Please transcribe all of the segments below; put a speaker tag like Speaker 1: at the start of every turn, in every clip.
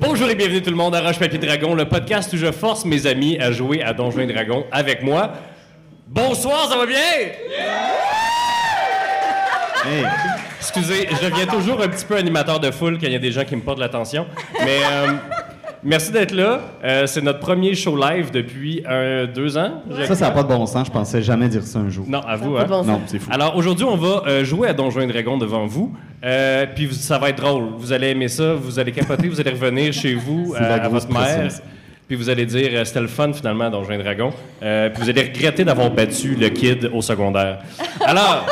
Speaker 1: Bonjour et bienvenue tout le monde à Roche Papier Dragon, le podcast où je force mes amis à jouer à Donjons et Dragons avec moi. Bonsoir, ça va bien?
Speaker 2: Hey.
Speaker 1: Excusez, je deviens toujours un petit peu animateur de foule quand il y a des gens qui me portent l'attention. Mais euh, merci d'être là. Euh, c'est notre premier show live depuis euh, deux ans.
Speaker 2: Ça, ça n'a pas de bon sens. Je pensais jamais dire ça un jour.
Speaker 1: Non, à vous.
Speaker 3: pas
Speaker 1: Hein?
Speaker 3: de bon sens.
Speaker 2: Non, c'est Ah, fou.
Speaker 1: Alors aujourd'hui, on va euh, jouer à Donjons et Dragons devant vous. Euh, puis vous- ça va être drôle. Vous allez aimer ça, vous allez capoter, vous allez revenir chez vous euh,
Speaker 2: C'est la
Speaker 1: à, à
Speaker 2: grosse
Speaker 1: votre mère.
Speaker 2: pression, ça.
Speaker 1: Puis vous allez dire euh, c'était le fun finalement Donjons et Dragons. Euh, puis vous allez regretter d'avoir battu le kid au secondaire. Alors.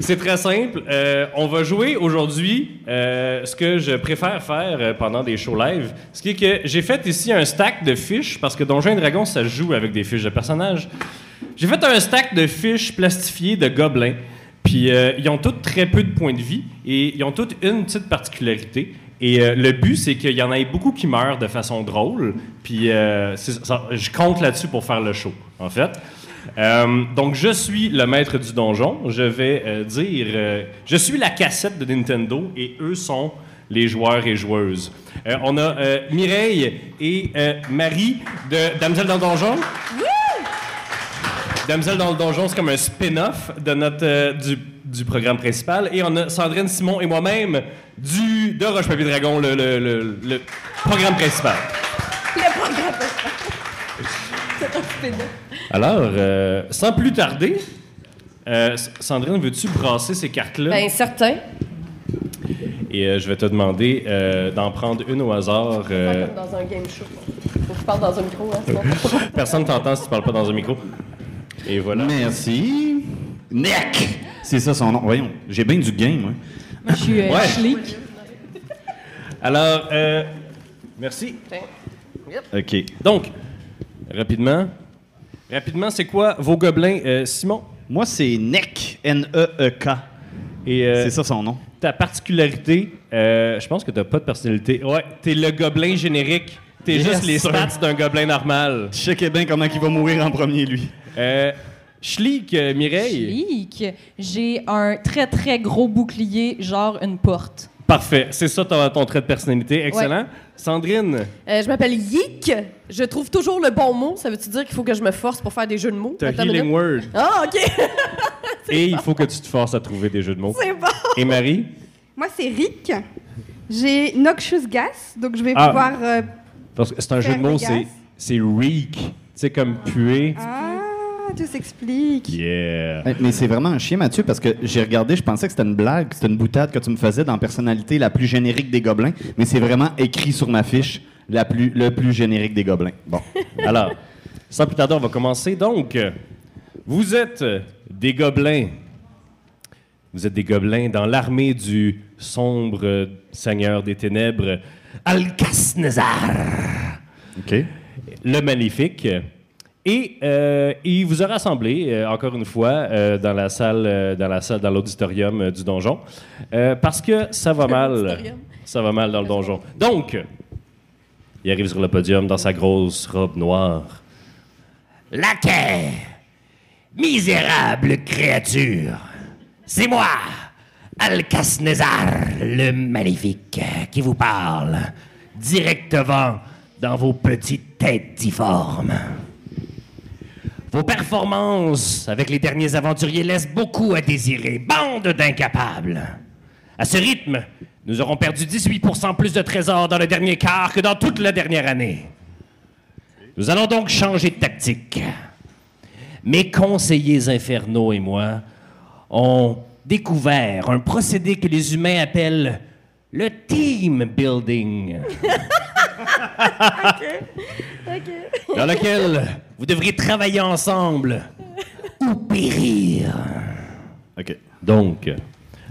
Speaker 1: C'est très simple. Euh, on va jouer aujourd'hui euh, ce que je préfère faire euh, pendant des shows live. Ce qui est que j'ai fait ici un stack de fiches, parce que Donjons et Dragons, ça se joue avec des fiches de personnages. J'ai fait un stack de fiches plastifiées de gobelins. Puis euh, ils ont toutes très peu de points de vie et ils ont toutes une petite particularité. Et euh, le but, c'est qu'il y en ait beaucoup qui meurent de façon drôle. Puis euh, c'est- ça- je compte là-dessus pour faire le show, en fait. Euh, donc, je suis le maître du donjon. Je vais euh, dire. euh, je suis la cassette de Nintendo et eux sont les joueurs et joueuses. Euh, on a euh, Mireille et euh, Marie de Damsel dans le donjon. Damsel dans le donjon, c'est comme un spin-off de notre, euh, du, du programme principal. Et on a Sandrine Simon et moi-même du, de Roche Papier Dragon, le, le- le- le programme principal. Alors, euh, sans plus tarder, euh, S- Sandrine, veux-tu brasser ces cartes-là?
Speaker 3: Ben, certain.
Speaker 1: Et euh, je vais te demander euh, d'en prendre une au hasard. euh,
Speaker 3: Comme dans un game show. Faut que je parle dans un micro, hein, sinon.
Speaker 1: personne t'entend si tu parles pas dans un micro. Et voilà.
Speaker 2: Merci. Nick! C'est ça son nom. Voyons, j'ai bien du game. hein.
Speaker 4: Je suis euh,
Speaker 1: Ouais.
Speaker 4: schlick.
Speaker 1: Alors, euh, merci.
Speaker 2: OK.
Speaker 1: Donc, rapidement, rapidement, c'est quoi vos gobelins, euh, Simon?
Speaker 2: Moi, c'est Nick, N-E-E-K.
Speaker 1: Et euh,
Speaker 2: E C'est ça son nom.
Speaker 1: ta particularité, euh, je pense que t'as pas de personnalité. Ouais, t'es le gobelin générique. T'es
Speaker 2: Yes,
Speaker 1: juste les
Speaker 2: sir.
Speaker 1: stats d'un gobelin normal.
Speaker 2: Je sais bien comment il va mourir en premier, lui.
Speaker 1: Euh, Schlick, euh, Mireille.
Speaker 4: Schlick. J'ai un très, très gros bouclier, genre une porte.
Speaker 1: Parfait. C'est ça ton, ton trait de personnalité. Excellent. Sandrine,
Speaker 3: Euh, je m'appelle Yeek. Je trouve toujours le bon mot. Ça veut-tu dire qu'il faut que je me force pour faire des jeux de mots?
Speaker 1: t'as
Speaker 3: Attends une
Speaker 1: Healing
Speaker 3: minute.
Speaker 1: Word.
Speaker 3: Ah, OK.
Speaker 1: Et il faut que tu te forces à trouver des jeux de mots.
Speaker 3: C'est bon.
Speaker 1: Et Marie?
Speaker 5: Moi, c'est Rick. J'ai Noxious Gas, donc je vais
Speaker 1: Ah.
Speaker 5: pouvoir. euh,
Speaker 1: Parce que c'est un jeu de mots, c'est, c'est reek. Tu sais, comme puer.
Speaker 5: Ah, tout s'explique.
Speaker 1: Yeah.
Speaker 2: Mais c'est vraiment un chien, Mathieu, parce que j'ai regardé, je pensais que c'était une blague, que c'était une boutade que tu me faisais dans Personnalité la plus générique des gobelins, mais c'est vraiment écrit sur ma fiche la plus, le plus générique des gobelins. Bon.
Speaker 1: Alors, sans plus tarder, on va commencer. Donc, vous êtes des gobelins. Vous êtes des gobelins dans l'armée du sombre euh, seigneur des ténèbres, Alcasnezar.
Speaker 2: OK.
Speaker 1: le magnifique. Et euh, il vous a rassemblé, euh, encore une fois, euh, dans la salle, euh, dans la salle, dans l'auditorium euh, du donjon, Euh, parce que ça va mal.
Speaker 3: L'auditorium.
Speaker 1: Ça va mal dans le donjon. Donc, il arrive sur le podium dans sa grosse robe noire. Laquais, misérable créature, c'est moi, Alcasnezar, le magnifique, qui vous parle directement dans vos petites têtes difformes. Vos performances avec les derniers aventuriers laissent beaucoup à désirer. Bande d'incapables. À ce rythme, nous aurons perdu 18% plus de trésors dans le dernier quart que dans toute la dernière année. Nous allons donc changer de tactique. Mes conseillers infernaux et moi ont découvert un procédé que les humains appellent le team building. Dans lequel vous devrez travailler ensemble ou périr.
Speaker 2: OK.
Speaker 1: Donc,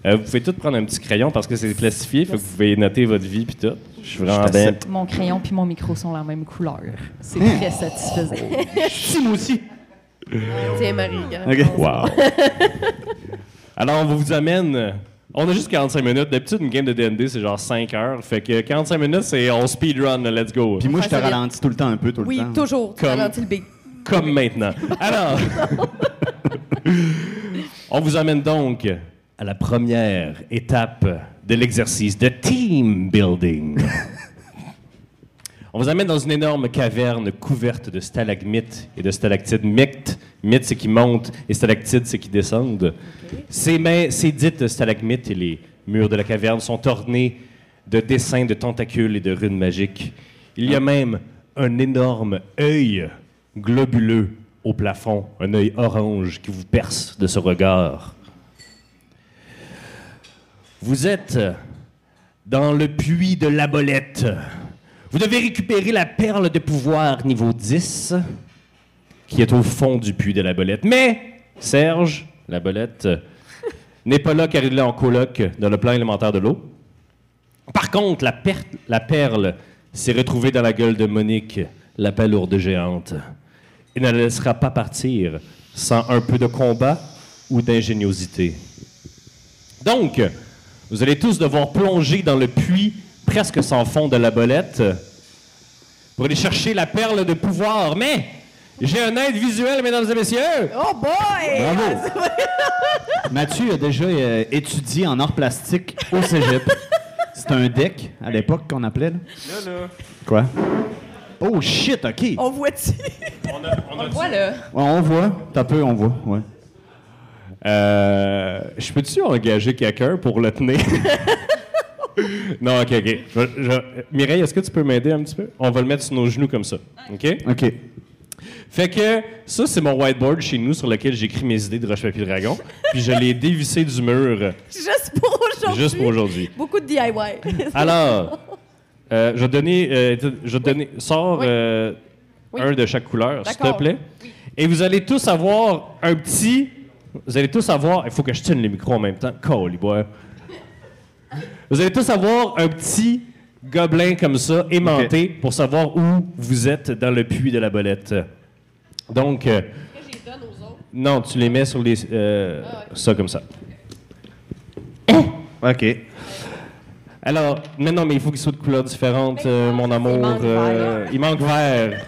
Speaker 1: euh, vous pouvez tous prendre un petit crayon parce que c'est plastifié, fait que vous pouvez noter votre vie puis tout. Je suis vraiment bien.
Speaker 4: Mon crayon puis mon micro sont la même couleur. C'est
Speaker 1: Hein?
Speaker 4: très satisfaisant.
Speaker 2: Si, moi aussi.
Speaker 3: Tiens, Marie. regarde.
Speaker 2: OK.
Speaker 1: Wow. Alors, on vous amène. On a juste 45 minutes. D'habitude, une game de DND, c'est genre 5 heures. Fait que 45 minutes, c'est on speedrun, là, let's go.
Speaker 2: Puis moi, je te
Speaker 3: Enfin, ça vient-
Speaker 2: ralentis tout le temps un peu, tout le
Speaker 3: Oui,
Speaker 2: temps.
Speaker 3: toujours. Tu
Speaker 1: Comme-
Speaker 3: ralentis le beat.
Speaker 1: comme maintenant. Alors, on vous amène donc à la première étape de l'exercice de team building. On vous amène dans une énorme caverne couverte de stalagmites et de stalactites. Mythes, mythes, c'est qui montent, et stalactites, c'est qui descendent. Ces, mains, ces dites stalagmites et les murs de la caverne sont ornés de dessins de tentacules et de runes magiques. Il y a même un énorme œil globuleux au plafond, un œil orange qui vous perce de ce regard. Vous êtes dans le puits de la bolette. Vous devez récupérer la perle de pouvoir niveau 10 qui est au fond du puits de la bolette. Mais Serge, la bolette, euh, n'est pas là car il est en coloc dans le plan élémentaire de l'eau. Par contre, la, per- la perle s'est retrouvée dans la gueule de Monique, la palourde géante. Il ne la laissera pas partir sans un peu de combat ou d'ingéniosité. Donc, vous allez tous devoir plonger dans le puits presque sans fond de la bolette pour aller chercher la perle de pouvoir. Mais j'ai un aide visuel, mesdames et messieurs.
Speaker 3: Oh boy!
Speaker 2: Bravo! Mathieu a déjà euh, étudié en art plastique au cégep. C'est un deck à l'époque qu'on appelait. Là. Quoi? Oh shit, ok. Ouais,
Speaker 3: On voit-tu?
Speaker 4: Voilà.
Speaker 2: on voit. T'as peu, on voit. Ouais.
Speaker 1: Euh, je peux-tu engager quelqu'un pour le tenir? non, ok, ok. Je- je- Mireille, est-ce que tu peux m'aider un petit peu? On va le mettre sur nos genoux comme ça. OK?
Speaker 2: Ok.
Speaker 1: Fait que ça, c'est mon whiteboard chez nous sur lequel j'écris mes idées de Roche-Papier-Dragon. Puis je l'ai dévissé du mur
Speaker 3: Juste pour aujourd'hui.
Speaker 1: juste pour aujourd'hui.
Speaker 3: Beaucoup de DIY.
Speaker 1: Alors, euh, je vais te donner, euh, t- je vais te donner, sors
Speaker 3: Oui.
Speaker 1: euh,
Speaker 3: Oui.
Speaker 1: un de chaque couleur, s'il te
Speaker 3: D'accord.
Speaker 1: plaît. Et vous allez tous avoir un petit, vous allez tous avoir, il faut que je tienne le micro en même temps, coliboire. Vous allez tous avoir un petit gobelin comme ça, aimanté, pour savoir où vous êtes dans le puits de la bolette. Donc, euh, non, tu les mets sur les, euh,
Speaker 3: Ah
Speaker 1: ça comme ça.
Speaker 2: Ok.
Speaker 1: Alors, mais non, mais il faut qu'il soit de couleurs différentes, euh, mon amour.
Speaker 4: manque
Speaker 1: euh, Il manque vert.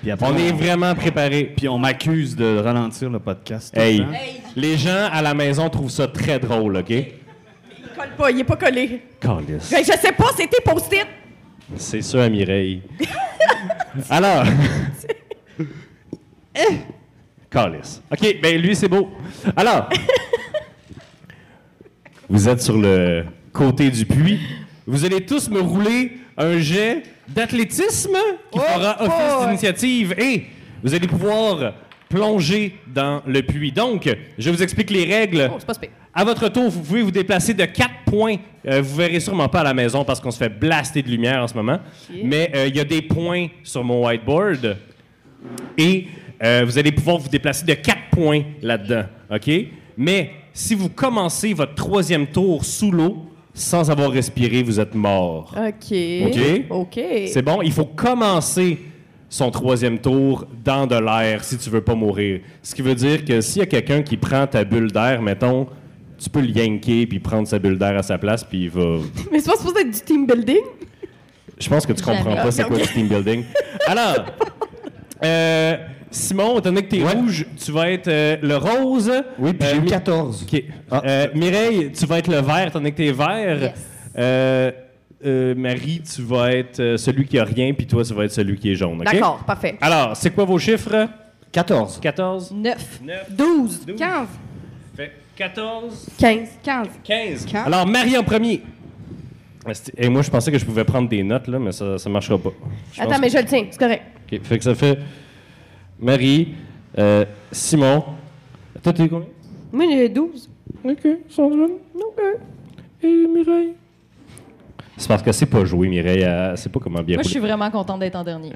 Speaker 2: Puis après,
Speaker 1: On est vraiment préparé.
Speaker 2: Puis on m'accuse de ralentir le podcast. tout
Speaker 1: Hey,
Speaker 2: le temps.
Speaker 1: les gens à la maison trouvent ça très drôle, OK?
Speaker 3: Il colle pas, il est pas collé.
Speaker 1: Calisse.
Speaker 3: Ben, Je sais pas, c'était post-it.
Speaker 1: C'est ça, à Mireille. Alors. Eh, Calisse. OK, ben lui, c'est beau. Alors. Vous êtes sur le côté du puits. Vous allez tous me rouler un jet d'athlétisme qui fera office
Speaker 3: boy!
Speaker 1: d'initiative et vous allez pouvoir plonger dans le puits. Donc, je vous explique les règles.
Speaker 3: Oh, c'est pas spé.
Speaker 1: À votre tour, vous pouvez vous déplacer de 4 points. Euh, vous verrez sûrement pas à la maison parce qu'on se fait blaster de lumière en ce moment. Mais euh, il y a des points sur mon whiteboard. Et euh, vous allez pouvoir vous déplacer de 4 points là-dedans. OK? Mais si vous commencez votre troisième tour sous l'eau sans avoir respiré, vous êtes
Speaker 3: Ah.
Speaker 1: mort.
Speaker 3: OK.
Speaker 1: OK.
Speaker 3: OK.
Speaker 1: C'est bon, il faut commencer son troisième tour dans de l'air si tu veux pas mourir. Ce qui veut dire que s'il y a quelqu'un qui prend ta bulle d'air, mettons, tu peux le yanker puis prendre sa bulle d'air à sa place puis il va.
Speaker 3: Mais c'est pas supposé être du team building?
Speaker 1: Je pense que tu comprends
Speaker 4: Jamais.
Speaker 1: pas c'est quoi le team building. Alors, euh, Simon, étant donné que t'es rouge, tu vas être euh, le rose.
Speaker 2: Oui, puis
Speaker 1: Euh,
Speaker 2: j'ai eu
Speaker 1: Mi-
Speaker 2: 14.
Speaker 1: OK.
Speaker 2: Ah.
Speaker 1: Euh, Mireille, tu vas être le vert, étant donné que t'es vert.
Speaker 4: Yes.
Speaker 1: Euh, euh, Marie, tu vas être euh, celui qui a rien, puis toi, tu vas être celui qui est jaune. OK?
Speaker 3: D'accord, parfait.
Speaker 1: Alors, c'est quoi vos chiffres?
Speaker 2: 14.
Speaker 1: 14?
Speaker 4: Neuf.
Speaker 1: 9?
Speaker 3: 12,
Speaker 5: 15.
Speaker 1: Fait 14?
Speaker 3: 15.
Speaker 5: 15.
Speaker 1: 15.
Speaker 5: Quinze.
Speaker 1: Alors, Marie en premier. Esti- Et moi, je pensais que je pouvais prendre des notes, là, mais ça ne marchera pas. Je pense
Speaker 3: Attends, mais je le tiens, c'est correct.
Speaker 1: que- OK. Fait que ça fait Marie, euh, Simon. Toi, t'es combien?
Speaker 3: Moi, j'ai 12.
Speaker 1: OK, Sandrine.
Speaker 3: OK.
Speaker 1: Et Mireille. C'est parce que c'est pas joué, Mireille. Elle sait pas comment bien
Speaker 4: Moi, je
Speaker 1: rouler.
Speaker 4: suis vraiment contente d'être en dernier.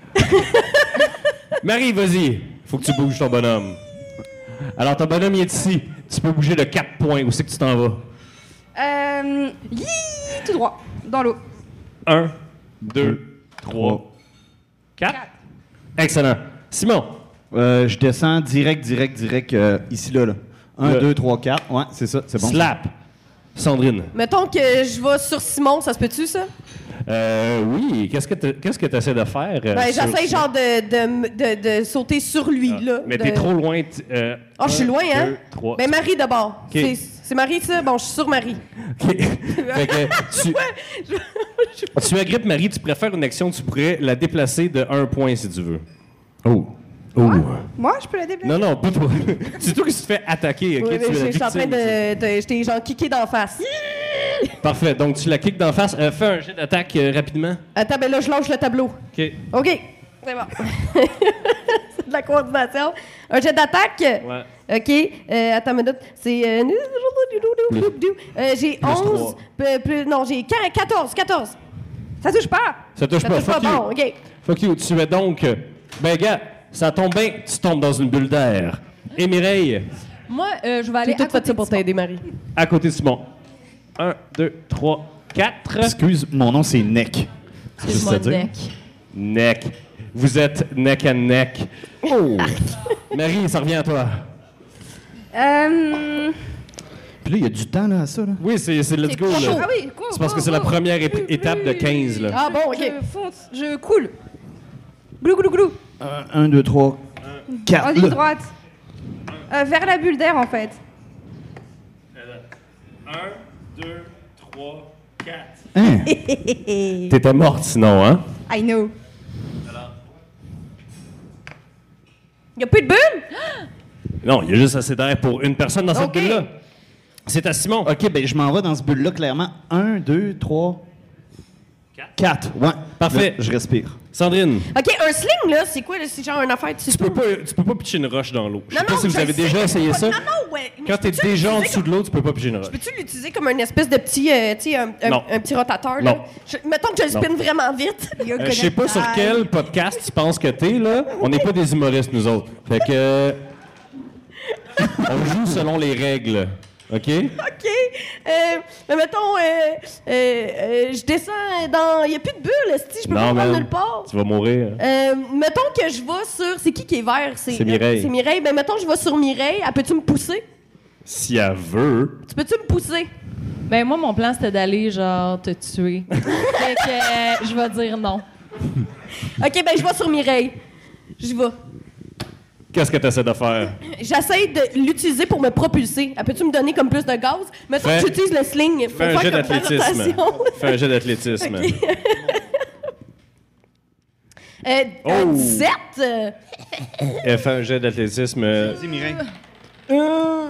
Speaker 1: Marie, vas-y. Faut que tu bouges ton bonhomme. Alors, ton bonhomme, il est ici. Tu peux bouger de 4 points. Où c'est que tu t'en vas?
Speaker 5: Euh, yi, tout droit, dans l'eau.
Speaker 1: 1, 2, 3, 4. Excellent. Simon,
Speaker 2: Euh, je descends direct, direct, direct euh, ici, là. là. 1,
Speaker 1: Le-
Speaker 2: 2, 3, 4. Ouais, c'est ça, c'est bon.
Speaker 1: slap. Sandrine.
Speaker 3: Mettons que je vais sur Simon, ça se peut-tu, ça?
Speaker 1: Euh, oui, qu'est-ce que tu essaies de faire? euh,
Speaker 3: Ben,
Speaker 1: sur- Ah,
Speaker 3: j'essaie genre de, de, m- de- de sauter sur lui, là.
Speaker 1: Mais
Speaker 3: De-
Speaker 1: t'es trop loin. t- euh,
Speaker 3: Ah, je suis
Speaker 1: un,
Speaker 3: loin, hein?
Speaker 1: deux, trois.
Speaker 3: Ben, Marie d'abord.
Speaker 1: OK.
Speaker 3: C'est- C'est Marie, ça? Bon, je suis sur Marie.
Speaker 1: Ok. Fait que tu- Tu agrippes Marie, tu préfères une action, tu pourrais la déplacer de un point si tu veux.
Speaker 2: Oh.
Speaker 5: Moi, je peux la déplacer.
Speaker 1: Non, non, pas toi. C'est toi qui te fais attaquer. ok?
Speaker 3: Oui,
Speaker 1: Tu es la
Speaker 3: mais je suis en train
Speaker 1: victime,
Speaker 3: de. de- je t'ai genre kické d'en face.
Speaker 1: ça. Parfait, donc tu la kicks d'en face. Euh, fais un jet d'attaque euh, rapidement.
Speaker 3: Attends, ben là, je lâche le tableau.
Speaker 1: OK.
Speaker 3: OK. C'est bon. c'est de la coordination. Un jet d'attaque.
Speaker 1: Ouais.
Speaker 3: OK. Euh, attends une minute. C'est. euh, euh, j'ai 11. Plus, plus- non, j'ai 40, 14. 14.
Speaker 5: Ça touche pas.
Speaker 1: Ça touche
Speaker 3: Ça
Speaker 1: pas.
Speaker 3: touche pas
Speaker 1: Fuck you.
Speaker 3: bon. OK.
Speaker 1: Fuck you. Tu es donc. euh, Ben, gars, ça tombe bien, tu tombes dans une bulle d'air. Et Mireille,
Speaker 4: Moi, euh, je vais aller
Speaker 3: J'ai tout
Speaker 4: à côté
Speaker 3: fait ça
Speaker 4: de
Speaker 3: pour
Speaker 4: Simon.
Speaker 3: t'aider, Marie.
Speaker 1: à côté de Simon. Un, deux, trois, quatre.
Speaker 2: Excuse, mon nom, c'est Nick.
Speaker 4: C'est mon
Speaker 2: C'est-à-dire?
Speaker 4: deck.
Speaker 1: Neck. Vous êtes neck à neck. Oh! Marie, ça revient à toi.
Speaker 5: Euh,
Speaker 2: Puis là, il y a du temps là, à ça. Là.
Speaker 1: Oui, c'est c'est let's go,
Speaker 5: Ah
Speaker 1: là.
Speaker 5: oui, go,
Speaker 1: C'est parce
Speaker 5: go,
Speaker 1: que c'est la
Speaker 5: go.
Speaker 1: première ép- étape de 15, là.
Speaker 3: Ah bon, OK.
Speaker 5: Je fonce, je coule. Glou, glou, glou.
Speaker 2: 1, 2, 3,
Speaker 5: En
Speaker 2: 4.
Speaker 5: ligne droite. Euh, vers la bulle d'air, en fait.
Speaker 1: 1, 2, 3, 4.
Speaker 2: Hein?
Speaker 1: T'étais morte sinon, hein?
Speaker 5: I know.
Speaker 3: Il n'y a plus de bulle?
Speaker 1: Non, il y a juste assez d'air pour une personne dans cette
Speaker 3: Ok.
Speaker 1: bulle-là. C'est à Simon.
Speaker 2: OK, ben je m'en vais dans ce bulle-là, clairement. 1, 2, 3, 4. Ouais.
Speaker 1: Parfait.
Speaker 2: Là, je respire.
Speaker 1: Sandrine,
Speaker 3: OK, un sling, là, c'est quoi? là? C'est genre une affaire de
Speaker 1: tu peux pas, tu peux pas pitcher une roche dans l'eau. Je sais
Speaker 3: Non,
Speaker 1: pas
Speaker 3: non,
Speaker 1: si vous
Speaker 3: je
Speaker 1: avez
Speaker 3: sais,
Speaker 1: déjà
Speaker 3: mais
Speaker 1: essayé
Speaker 3: pas-
Speaker 1: ça.
Speaker 3: Non, non, ouais. mais
Speaker 1: Quand t'es
Speaker 3: peux-tu
Speaker 1: déjà en
Speaker 3: l'utiliser
Speaker 1: dessous de l'eau, tu peux pas pitcher une roche.
Speaker 3: Peux-tu l'utiliser comme une espèce de petit, euh, tu sais, un, un-
Speaker 1: Non.
Speaker 3: un petit rotateur?
Speaker 1: Non.
Speaker 3: Là? Je- mettons que je le spin vraiment vite. Ah,
Speaker 1: Euh, je sais pas sur quel podcast tu penses que t'es, là. On n'est pas des humoristes, nous autres. Fait que. euh, On joue selon les règles. OK?
Speaker 3: OK. Euh, mais mettons, euh, euh, euh, je descends dans... Il n'y a plus de bulle, esti, je peux pas me rendre
Speaker 1: man,
Speaker 3: nulle part.
Speaker 1: Tu vas mourir.
Speaker 3: Euh, mettons que je vais sur... C'est qui qui est vert?
Speaker 1: C'est Mireille.
Speaker 3: C'est Mireille. Ben, mettons, je vais sur Mireille. Ah, peux-tu me pousser?
Speaker 1: Si elle veut.
Speaker 3: Tu peux-tu me pousser?
Speaker 4: Ben moi, mon plan, c'était d'aller, genre, te tuer. fait que euh, je vais dire non.
Speaker 3: OK, ben, je vais sur Mireille. Je vais.
Speaker 1: Qu'est-ce que tu essaies de faire?
Speaker 3: J'essaie de l'utiliser pour me propulser. Ah, Peux-tu me donner comme plus de gaz? Mettons
Speaker 1: Fais-
Speaker 3: que j'utilise le sling pour
Speaker 1: Fais un jet
Speaker 3: faire comme la
Speaker 1: d'athlétisme.
Speaker 3: rotation.
Speaker 1: Fais un jet d'athlétisme.
Speaker 3: Euh, euh,
Speaker 1: Oh!
Speaker 3: 17! euh,
Speaker 1: Euh, Fais un jet d'athlétisme. euh,
Speaker 3: euh,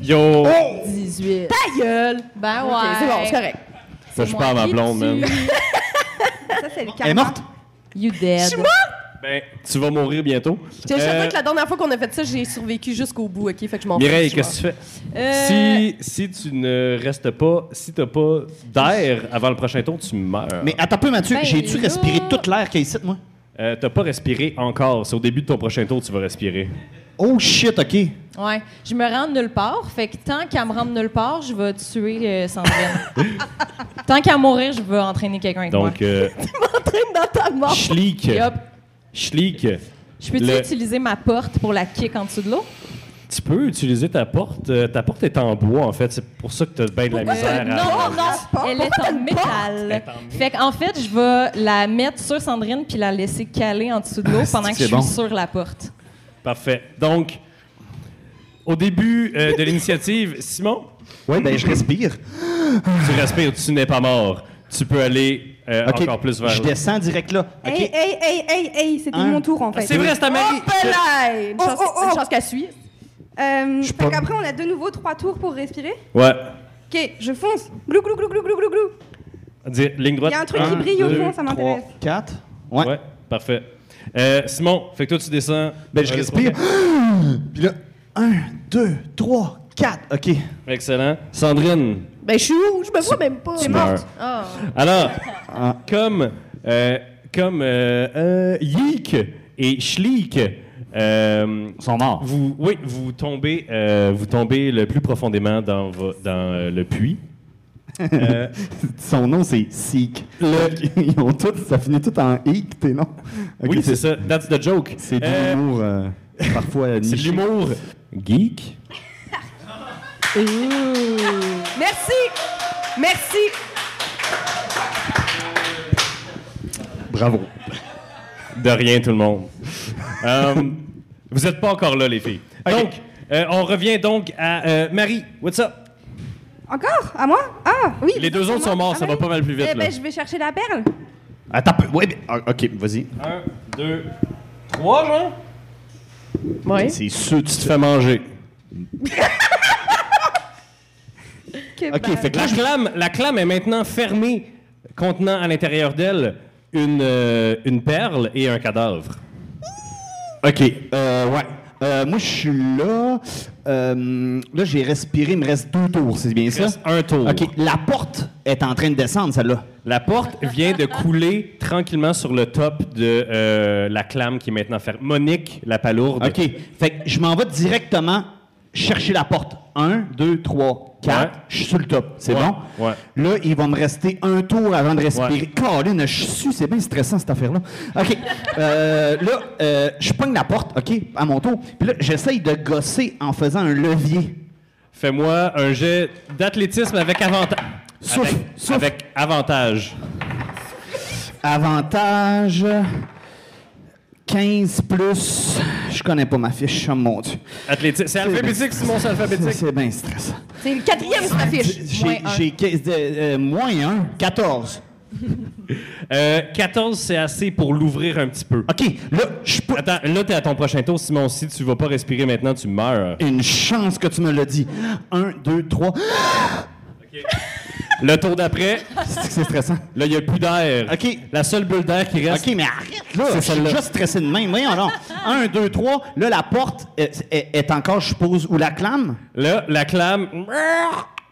Speaker 1: Yo!
Speaker 4: 18.
Speaker 3: ta gueule!
Speaker 4: Ben ouais.
Speaker 3: Ok, c'est bon, c'est correct.
Speaker 1: Ça, je parle à ma blonde, man.
Speaker 5: Ça, c'est le
Speaker 2: Elle est
Speaker 5: karma.
Speaker 2: morte?
Speaker 4: You dead.
Speaker 3: Je suis morte!
Speaker 1: Ben, tu vas mourir bientôt.
Speaker 3: Je savais
Speaker 1: Euh,
Speaker 3: que la dernière fois qu'on a fait ça, j'ai survécu jusqu'au bout, ok? Fait que je m'en
Speaker 1: Mireille,
Speaker 3: fous,
Speaker 1: qu'est-ce que tu fais?
Speaker 3: je suis morte. Euh,
Speaker 1: Si, si tu ne restes pas, si t'as pas d'air avant le prochain tour, tu meurs.
Speaker 2: Mais attends un peu, Mathieu,
Speaker 4: Ben,
Speaker 2: j'ai-tu
Speaker 4: là-
Speaker 2: respiré toute l'air qu'il y a ici, moi?
Speaker 1: Euh, t'as pas respiré encore. C'est au début de ton prochain tour, tu vas respirer.
Speaker 2: Oh shit, OK.
Speaker 4: Ouais. Je me rends nulle part. Fait que tant qu'à me rendre nulle part, je vais tuer euh, Sandrine. tant qu'à mourir, je vais entraîner quelqu'un avec
Speaker 1: Donc, euh,
Speaker 3: Traîne dans ta mort.
Speaker 1: schlick.
Speaker 4: moi. Yup.
Speaker 1: Schlick.
Speaker 4: Je peux-tu
Speaker 1: Le-
Speaker 4: utiliser ma porte pour la kick en dessous de l'eau?
Speaker 1: Tu peux utiliser ta porte. Euh, ta porte est en bois, en fait. C'est pour ça que t'as bien de la
Speaker 4: Euh,
Speaker 1: misère. à-
Speaker 4: non, non, elle est en
Speaker 1: Elle
Speaker 4: métal.
Speaker 1: est en
Speaker 4: Fait qu'en fait, je vais la mettre sur Sandrine puis la laisser caler en dessous de
Speaker 1: Ah,
Speaker 4: l'eau pendant que je
Speaker 2: c'est
Speaker 4: suis
Speaker 2: bon.
Speaker 4: sur la porte.
Speaker 1: Parfait. Donc, au début euh, de l'initiative, Simon,
Speaker 2: Ouais, ben je respire.
Speaker 1: tu respires, tu n'es pas mort. Tu peux aller euh,
Speaker 2: OK.
Speaker 1: encore plus vers
Speaker 2: Je descends direct là. OK.
Speaker 5: Hey, hey, hey, hey, hey, c'était
Speaker 2: Un.
Speaker 5: mon tour, en fait.
Speaker 1: Hein. C'est vrai, c'est à Marie.
Speaker 3: Hop là! Une
Speaker 5: Oh,
Speaker 3: chance,
Speaker 5: oh, oh.
Speaker 3: une chance qu'elle suit.
Speaker 5: Euh,
Speaker 2: suis
Speaker 5: fait
Speaker 2: pas-
Speaker 5: qu'après, on a de nouveau trois tours pour respirer.
Speaker 1: Ouais.
Speaker 5: Ok, je fonce. Glou, glou, glou, glou, glou, glou, glou.
Speaker 1: Dire, ligne
Speaker 5: Il
Speaker 1: droite.
Speaker 5: y a un truc qui brille au fond, ça m'intéresse.
Speaker 2: 4. Ouais.
Speaker 1: Ouais, parfait. Euh, Simon, fait que toi, tu descends. Euh,
Speaker 2: Ben je
Speaker 1: Un, deux,
Speaker 2: respire.
Speaker 1: trois,
Speaker 2: Puis là, 1, 2, 3, 4. OK.
Speaker 1: quatre. Excellent. Sandrine,
Speaker 3: Ben, je suis où? Je me vois même pas.
Speaker 1: tu meurs.
Speaker 3: Ah.
Speaker 1: Alors,
Speaker 2: Ah.
Speaker 1: comme, euh, comme euh, euh, Yeek et Schlick, euh,
Speaker 2: Ils sont morts.
Speaker 1: vous, oui, vous tombez, euh, vous tombez le plus profondément dans, vo- dans euh, le puits. Euh,
Speaker 2: Son nom, c'est Seek. Ils ont tout, ça finit tout en hic, tes noms. OK,
Speaker 1: oui, c'est ça. That's the joke.
Speaker 2: C'est de
Speaker 1: Euh,
Speaker 2: l'humour, euh, parfois
Speaker 1: C'est de
Speaker 2: niché.
Speaker 1: l'humour geek.
Speaker 3: Merci! Merci!
Speaker 2: Bravo.
Speaker 1: De rien, tout le monde. Um, vous n'êtes pas encore là, les filles. Donc, euh, on revient donc à euh, Marie. What's euh, up?
Speaker 5: Encore À moi Ah, oui.
Speaker 1: Les deux autres sont morts, ça va pas mal plus vite.
Speaker 5: Eh
Speaker 1: là.
Speaker 5: ben, je vais chercher la perle.
Speaker 2: Attends, un peu. ouais, mais- ah, ok, vas-y.
Speaker 1: Un, deux, trois, Jean.
Speaker 4: Oui.
Speaker 2: C'est sûr, tu te fais manger.
Speaker 5: Que bah,
Speaker 2: Ok, fait que là,
Speaker 1: La
Speaker 2: je-
Speaker 1: clame, la clame est maintenant fermée, contenant à l'intérieur d'elle une, euh, une perle et un cadavre.
Speaker 2: OK. Euh, ouais. Euh, moi, je suis là. Euh, là, j'ai respiré. Il me reste deux tours, c'est bien ça?
Speaker 1: reste un tour.
Speaker 2: OK. La porte est en train de descendre, celle-là.
Speaker 1: La porte vient de couler tranquillement sur le top de euh, la clame qui est maintenant fermée. Monique, la palourde.
Speaker 2: OK. Fait que je m'en vais directement chercher la porte. Un, deux, trois, quatre.
Speaker 1: Ouais.
Speaker 2: Je suis sur le top. C'est
Speaker 1: Ouais.
Speaker 2: bon?
Speaker 1: Ouais.
Speaker 2: Là, il va me rester un tour avant de respirer.
Speaker 1: Ouais.
Speaker 2: Colin, je suis, c'est bien stressant cette affaire-là. OK. Euh, là, euh, je pogne la porte, OK, à mon tour. Puis là, j'essaye de gosser en faisant un levier.
Speaker 1: Fais-moi un jet d'athlétisme avec avantage.
Speaker 2: Souffle,
Speaker 1: avec,
Speaker 2: souffle.
Speaker 1: avec avantage.
Speaker 2: Avantage. 15 plus. Je connais pas ma fiche, oh mon Dieu.
Speaker 1: Athlétisme. C'est alphabétique, Simon, c'est
Speaker 2: Ça,
Speaker 1: alphabétique.
Speaker 2: C'est bien stressant.
Speaker 3: C'est le quatrième sur l'affiche.
Speaker 2: J'ai
Speaker 4: Moins un.
Speaker 2: j'ai 15 de- euh, moins 1, 14.
Speaker 1: Euh, 14, c'est assez pour l'ouvrir un petit peu.
Speaker 2: OK, là, je peux.
Speaker 1: Attends, là, t'es à ton prochain tour, Simon. Si tu vas pas respirer maintenant, tu meurs.
Speaker 2: Une chance que tu me l'as dit. 1, 2, 3.
Speaker 1: Le tour d'après,
Speaker 2: C'est que c'est stressant.
Speaker 1: là, il y a plus d'air.
Speaker 2: OK.
Speaker 1: La seule bulle d'air qui reste.
Speaker 2: OK, mais arrête, là. Je suis
Speaker 1: celle-là.
Speaker 2: déjà stressé de même. Voyons, non. 1, 2, 3. Là, la porte est, est- est encore, je suppose, où la clame.
Speaker 1: Là, la clame.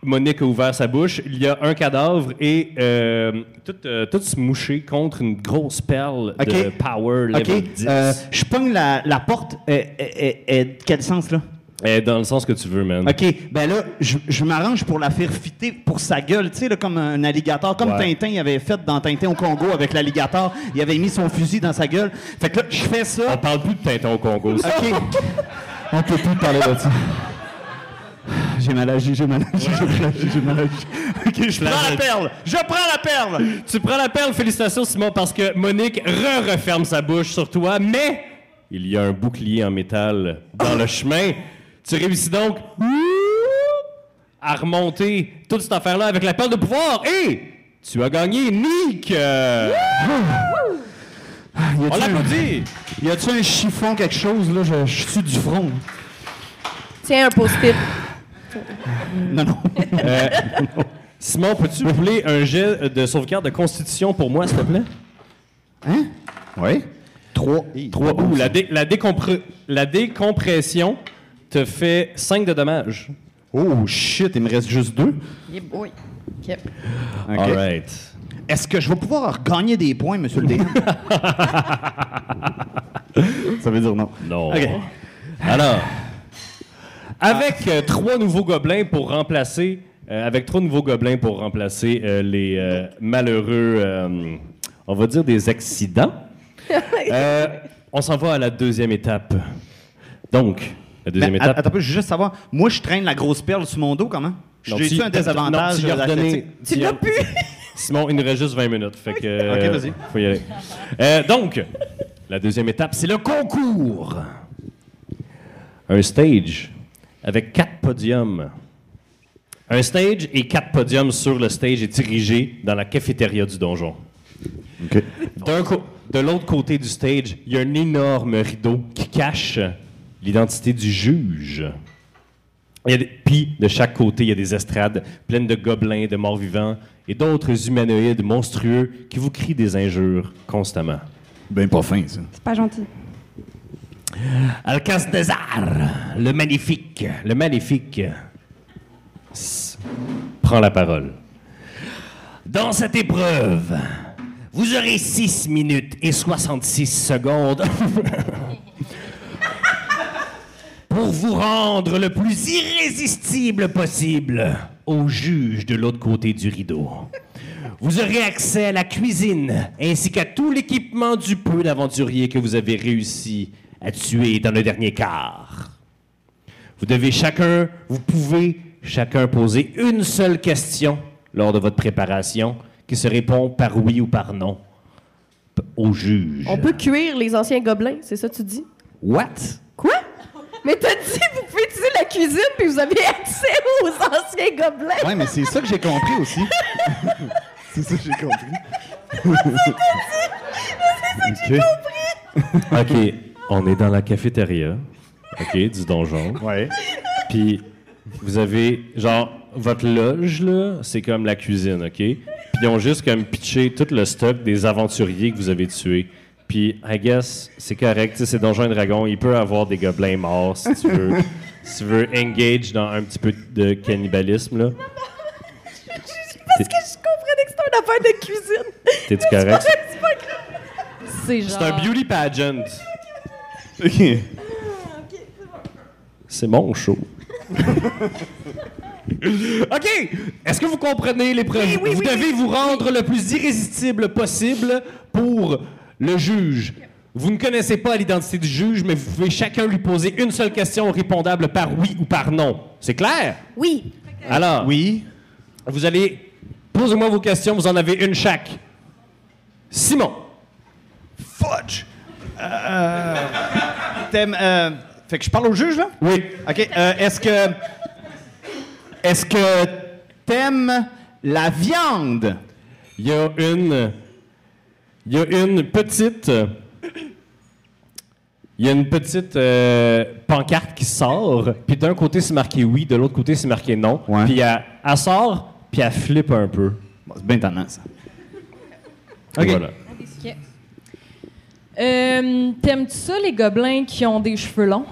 Speaker 1: Monique a ouvert sa bouche. Il y a un cadavre et euh, tout, euh, tout se moucher contre une grosse perle de
Speaker 2: OK.
Speaker 1: power level
Speaker 2: OK.
Speaker 1: 10.
Speaker 2: euh, je pogne la, la porte. Euh, est- est- est- est- quel sens, là?
Speaker 1: Eh, dans le sens que tu veux, man.
Speaker 2: OK, ben là, je, je m'arrange pour la faire fitter pour sa gueule, tu sais, là, comme un alligator, comme
Speaker 1: Ouais.
Speaker 2: Tintin il avait fait dans Tintin au Congo avec l'alligator. Il avait mis son fusil dans sa gueule. Fait que là, je fais
Speaker 1: On
Speaker 2: ça.
Speaker 1: parle plus de Tintin au Congo. ça.
Speaker 2: OK. On peut plus parler de ça. J'ai mal agi, j'ai mal agi, j'ai mal agi, j'ai mal agi. OK, je prends la perle. Je prends la perle.
Speaker 1: tu prends la perle, félicitations, Simon, parce que Monique re-referme sa bouche sur toi, mais il y a un bouclier en métal dans le chemin. Tu réussis donc à remonter toute cette affaire-là avec la perle de pouvoir et tu as gagné, Nick! Euh,
Speaker 2: Ah, Y
Speaker 1: on
Speaker 2: a-tu un-
Speaker 1: l'applaudit!
Speaker 2: Y a-tu un chiffon, quelque chose, là? Je, je suis du front.
Speaker 3: Tiens, un post-it.
Speaker 2: Non, non.
Speaker 1: Simon, peux-tu rouler un jet de sauvegarde de constitution pour moi, s'il te plaît?
Speaker 2: Hein? Oui. Trois.
Speaker 1: Trois. Ouh, la, dé- la décompre- la décompression te fait 5 de dommages.
Speaker 2: Oh, shit, il me reste juste deux.
Speaker 4: Yeah, boy. OK.
Speaker 2: OK.
Speaker 1: All right.
Speaker 2: Est-ce que je vais pouvoir gagner des points, monsieur le DM? Ça veut dire non.
Speaker 1: Non.
Speaker 2: OK.
Speaker 1: Alors, avec euh, trois nouveaux gobelins pour remplacer, euh, avec trois nouveaux gobelins pour remplacer euh, les euh, malheureux, euh, on va dire des accidents. euh, on s'en va à la deuxième étape. Donc, la deuxième
Speaker 2: Mais,
Speaker 1: étape.
Speaker 2: Ben, Attends, un peu, je veux juste savoir. Moi, je traîne la grosse perle sur mon dos, comment?
Speaker 1: Non,
Speaker 2: J'ai-tu
Speaker 1: tu-
Speaker 2: un désavantage?
Speaker 1: non, tu y as
Speaker 2: euh,
Speaker 1: redonné-
Speaker 2: d'athlétique?
Speaker 1: tu y as- Simon, il nous reste juste 20 minutes. Fait que, euh,
Speaker 2: vas-y.
Speaker 1: Faut y aller. Euh, donc, la deuxième étape, c'est le concours. Un stage avec quatre podiums. Un stage et quatre podiums sur le stage est dirigé dans la cafétéria du donjon. D'un co- de l'autre côté du stage, il y a un énorme rideau qui cache l'identité du juge. Il y a des- Puis, de chaque côté, il y a des estrades pleines de gobelins, de morts-vivants et d'autres humanoïdes monstrueux qui vous crient des injures constamment.
Speaker 2: Ben, pas fin, ça.
Speaker 5: C'est pas gentil.
Speaker 1: Alcastésar, le magnifique, le magnifique, prend la parole. Dans cette épreuve, vous aurez 6 minutes et 66 secondes pour vous rendre le plus irrésistible possible au juge de l'autre côté du rideau. Vous aurez accès à la cuisine ainsi qu'à tout l'équipement du peu d'aventuriers que vous avez réussi à tuer dans le dernier quart. Vous devez chacun, vous pouvez chacun poser une seule question lors de votre préparation qui se répond par oui ou par non p- au juge.
Speaker 3: On peut cuire les anciens gobelins, c'est ça que tu dis?
Speaker 1: What?
Speaker 3: Quoi? Mais t'as dit, vous pouvez utiliser la cuisine, puis vous avez accès aux anciens gobelins.
Speaker 2: Ouais, mais c'est ça que j'ai compris aussi. c'est ça que j'ai compris. c'est ça que
Speaker 1: OK, on est dans la cafétéria, OK, du donjon.
Speaker 2: j'ai Ouais.
Speaker 1: Puis vous avez, genre, votre loge, là, c'est comme la cuisine, OK? Puis ils ont juste comme pitché tout le stock des aventuriers que vous avez tués. Puis, I guess, c'est correct, tu sais, c'est Donjons et Dragons, il peut avoir des gobelins morts si tu veux. si tu veux engage dans un petit peu de cannibalisme, là.
Speaker 3: Parce que je comprenais que c'était une affaire de cuisine.
Speaker 1: T'es-tu correct?
Speaker 3: C'est pas grave.
Speaker 4: C'est genre.
Speaker 1: C'est un beauty pageant. Ah,
Speaker 2: OK.
Speaker 1: C'est mon show. OK! Est-ce que vous comprenez l'épreuve?
Speaker 3: oui,
Speaker 1: vous
Speaker 3: oui,
Speaker 1: devez vous rendre le plus irrésistible possible pour le juge. Vous ne connaissez pas l'identité du juge, mais vous pouvez chacun lui poser une seule question répondable par oui ou par non. C'est clair?
Speaker 3: Oui.
Speaker 1: Alors,
Speaker 2: Oui.
Speaker 1: vous allez... Posez-moi vos questions, vous en avez une chaque. Simon.
Speaker 2: Fudge! Euh, T'aimes. euh, fait que je parle au juge, là?
Speaker 1: Oui.
Speaker 2: OK. euh, est-ce que. Est-ce que t'aimes la viande?
Speaker 1: Il y a une. Il y a une petite. Il y a une petite euh, pancarte qui sort, puis d'un côté c'est marqué oui, de l'autre côté c'est marqué non.
Speaker 2: Ouais.
Speaker 1: Puis elle, elle sort, puis elle flippe un peu.
Speaker 2: Bon, c'est bien tendance, ça.
Speaker 1: Et
Speaker 2: OK.
Speaker 1: voilà.
Speaker 4: Ok. Euh, T'aimes-tu ça, les gobelins qui ont des cheveux longs?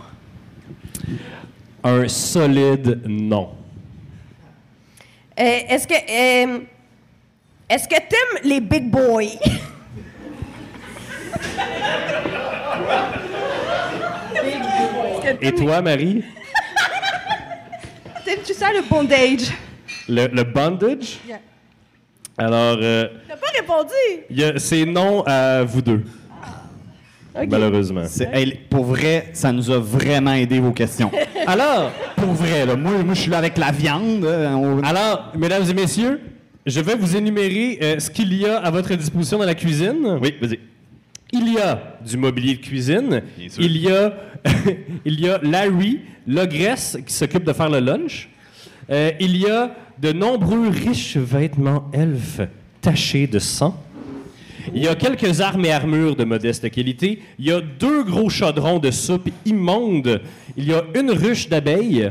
Speaker 1: Un solide non.
Speaker 3: Euh, est-ce que. euh, est-ce que t'aimes les big boys?
Speaker 1: Et toi, Marie,
Speaker 5: T'aimes-tu ça, le bondage?
Speaker 1: le, le bandage?
Speaker 5: Yeah.
Speaker 1: Alors, euh,
Speaker 3: T'as pas répondu.
Speaker 1: il y a- c'est non à vous deux,
Speaker 3: Ok.
Speaker 1: malheureusement.
Speaker 2: C'est- hey, pour vrai, ça nous a vraiment aidé vos questions.
Speaker 1: Alors,
Speaker 2: pour vrai, là. Moi, moi je suis là avec la viande. euh, on-
Speaker 1: Alors, mesdames et messieurs, je vais vous énumérer euh, ce qu'il y a à votre disposition dans la cuisine.
Speaker 2: Oui, vas-y.
Speaker 1: Il y a du mobilier de cuisine.
Speaker 2: Bien sûr.
Speaker 1: Il y a, il y a Larry, l'ogresse qui s'occupe de faire le lunch. Euh, il y a de nombreux riches vêtements elfes tachés de sang. Il y a quelques armes et armures de modeste qualité. Il y a deux gros chaudrons de soupe immondes. Il y a une ruche d'abeilles.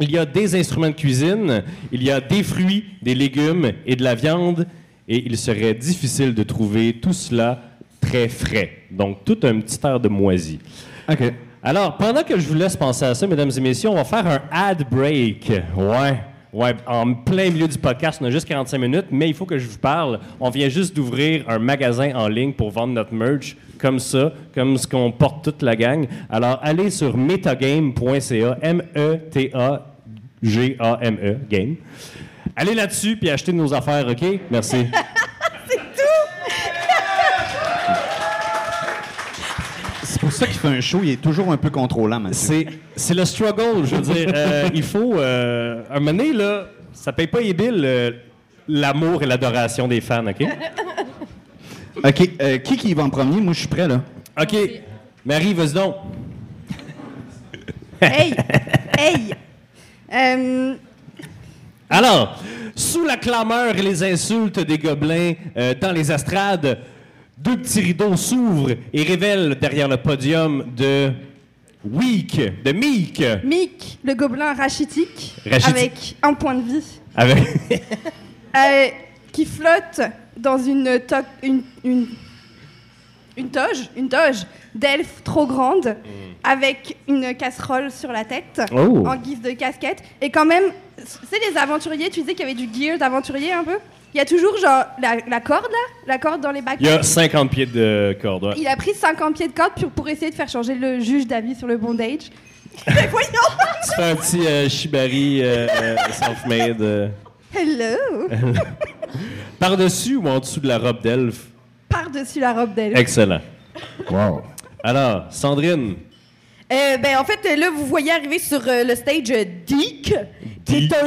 Speaker 1: Il y a des instruments de cuisine, il y a des fruits, des légumes et de la viande, et il serait difficile de trouver tout cela très frais. Donc, tout un petit air de moisi.
Speaker 2: OK.
Speaker 1: Alors, pendant que je vous laisse penser à ça, mesdames et messieurs, on va faire un ad break. Ouais. Ouais, en plein milieu du podcast, on a juste 45 minutes, mais il faut que je vous parle. On vient juste d'ouvrir un magasin en ligne pour vendre notre merch, comme ça, comme ce qu'on porte toute la gang. Alors, allez sur metagame.ca, E M-E-T-A-G-A-M-E, E, game. Allez là-dessus, puis achetez nos affaires, OK? Merci.
Speaker 2: C'est pour ça qu'il fait un show, il est toujours un peu contrôlant, Mathieu.
Speaker 1: C'est, c'est le struggle, je veux dire. Euh, il faut. euh, un moment donné, là, ça paye pas les billes, euh, l'amour et l'adoration des fans, OK?
Speaker 2: OK. euh, qui qui y va en premier? Moi, je suis prêt, là.
Speaker 1: OK. Marie, vas-y donc.
Speaker 5: Hey! hey! Euh,
Speaker 1: Alors, sous la clameur et les insultes des gobelins euh, dans les astrades, deux petits rideaux s'ouvrent et révèlent derrière le podium de. Week, de Meek.
Speaker 5: Mick, le gobelin rachitique,
Speaker 1: Rachitique.
Speaker 5: avec un point de vie,
Speaker 1: Avec.
Speaker 5: euh, qui flotte dans une, to- une, une, une toge, une toge d'elfe trop grande, avec une casserole sur la tête,
Speaker 1: Oh.
Speaker 5: en guise de casquette. Et quand même, c'est des aventuriers, tu disais qu'il y avait du gear d'aventurier un peu Il y a toujours genre la, la corde là, la corde dans les bacs.
Speaker 1: Il y a 50 pieds de corde. ouais.
Speaker 5: Il a pris 50 pieds de corde pour, pour essayer de faire changer le juge d'avis sur le bondage. Mais voyons
Speaker 1: Tu fais un petit euh, shibari euh, euh, self-made. euh.
Speaker 5: Hello
Speaker 1: Par-dessus ou en dessous de la robe d'elfe?
Speaker 5: Par-dessus la robe d'elle.
Speaker 1: Excellent.
Speaker 2: Wow.
Speaker 1: Alors, Sandrine,
Speaker 3: Euh, ben, en fait, là, vous voyez arriver sur euh, le stage euh, Deke, qui C'est
Speaker 2: D?
Speaker 3: un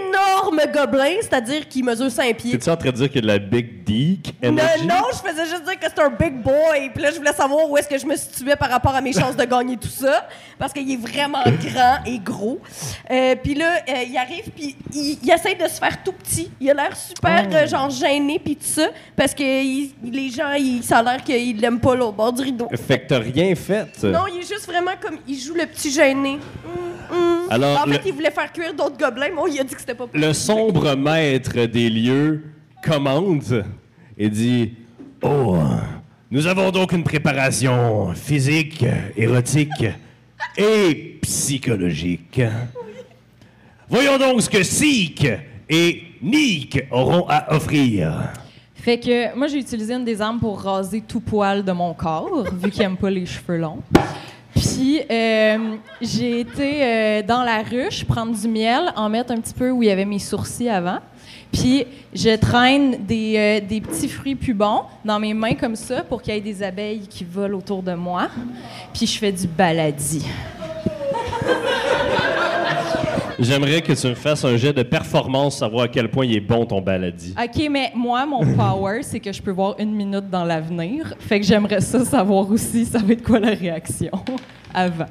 Speaker 3: énorme gobelin, c'est-à-dire qu'il mesure 5 pieds.
Speaker 2: T'es-tu en train de dire qu'il y a de la Big Dick
Speaker 3: Non,
Speaker 2: Energy?
Speaker 3: non, je faisais juste dire que c'est un big boy. Puis là, je voulais savoir où est-ce que je me situais par rapport à mes chances de gagner tout ça. Parce qu'il est vraiment grand et gros. Euh, puis là, euh, il arrive, puis il, il essaie de se faire tout petit. Il a l'air super,
Speaker 2: Oh.
Speaker 3: euh, genre, gêné, puis tout ça. Parce que il- les gens, il, ça a l'air qu'ils l'aiment pas, là, au bord du rideau.
Speaker 2: Fait que t'as rien fait.
Speaker 3: Non, il est juste vraiment comme... Il joue le petit gêné. Hum, hum.
Speaker 1: Alors,
Speaker 3: en fait,
Speaker 1: le-
Speaker 3: il voulait faire cuire d'autres gobelins, mais on lui a dit que c'était pas possible.
Speaker 1: Le sombre maître des lieux commande et dit Oh, nous avons donc une préparation physique, érotique et psychologique. Voyons donc ce que Sik et Nick auront à offrir.
Speaker 4: Fait que moi, j'ai utilisé une des armes pour raser tout poil de mon corps, vu qu'il aime pas les cheveux longs. Puis euh, j'ai été euh, dans la ruche prendre du miel, en mettre un petit peu où il y avait mes sourcils avant. Puis je traîne des, euh, des petits fruits pubons dans mes mains comme ça pour qu'il y ait des abeilles qui volent autour de moi. Puis je fais du baladis.
Speaker 1: J'aimerais que tu me fasses un jet de performance, savoir à quel point il est bon ton baladi.
Speaker 4: OK, mais moi, mon power, c'est que je peux voir une minute dans l'avenir. Fait que j'aimerais ça savoir aussi, ça va être quoi la réaction avant.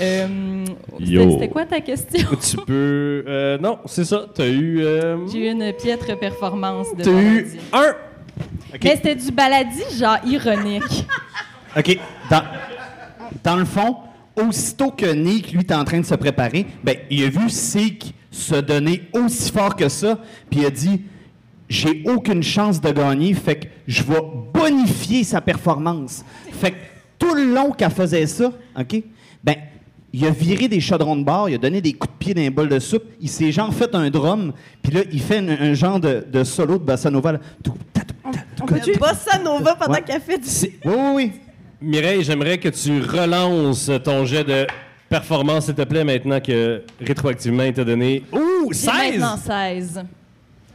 Speaker 4: Euh,
Speaker 1: Yo.
Speaker 4: c'était- C'était quoi ta question?
Speaker 1: Tu peux. euh, non, c'est ça. T'as eu. euh,
Speaker 4: J'ai eu une piètre performance de
Speaker 1: T'as eu
Speaker 4: baladi.
Speaker 1: un.
Speaker 4: Mais c'était du baladi, genre ironique.
Speaker 2: OK. Dans, dans le fond, aussitôt que Nick, lui, est en train de se préparer, ben, il a vu Sik se donner aussi fort que ça, puis il a dit J'ai aucune chance de gagner, fait que je vais bonifier sa performance. Fait que tout le long qu'elle faisait ça, OK, ben, il a viré des chaudrons de bord, il a donné des coups de pied dans un bol de soupe, il s'est genre fait un drum, puis là, il fait un, un genre de, de solo de bossa nova. là. Tout, ta, tout, ta, tout,
Speaker 3: On peut pas ça, Nova, pendant
Speaker 2: Ouais.
Speaker 3: qu'elle fait du...
Speaker 2: Oui, oui, oui.
Speaker 1: Mireille, j'aimerais que tu relances ton jet de performance, s'il te plaît, maintenant que rétroactivement il t'a donné. Ouh,
Speaker 4: J'ai
Speaker 1: 16!
Speaker 4: maintenant 16.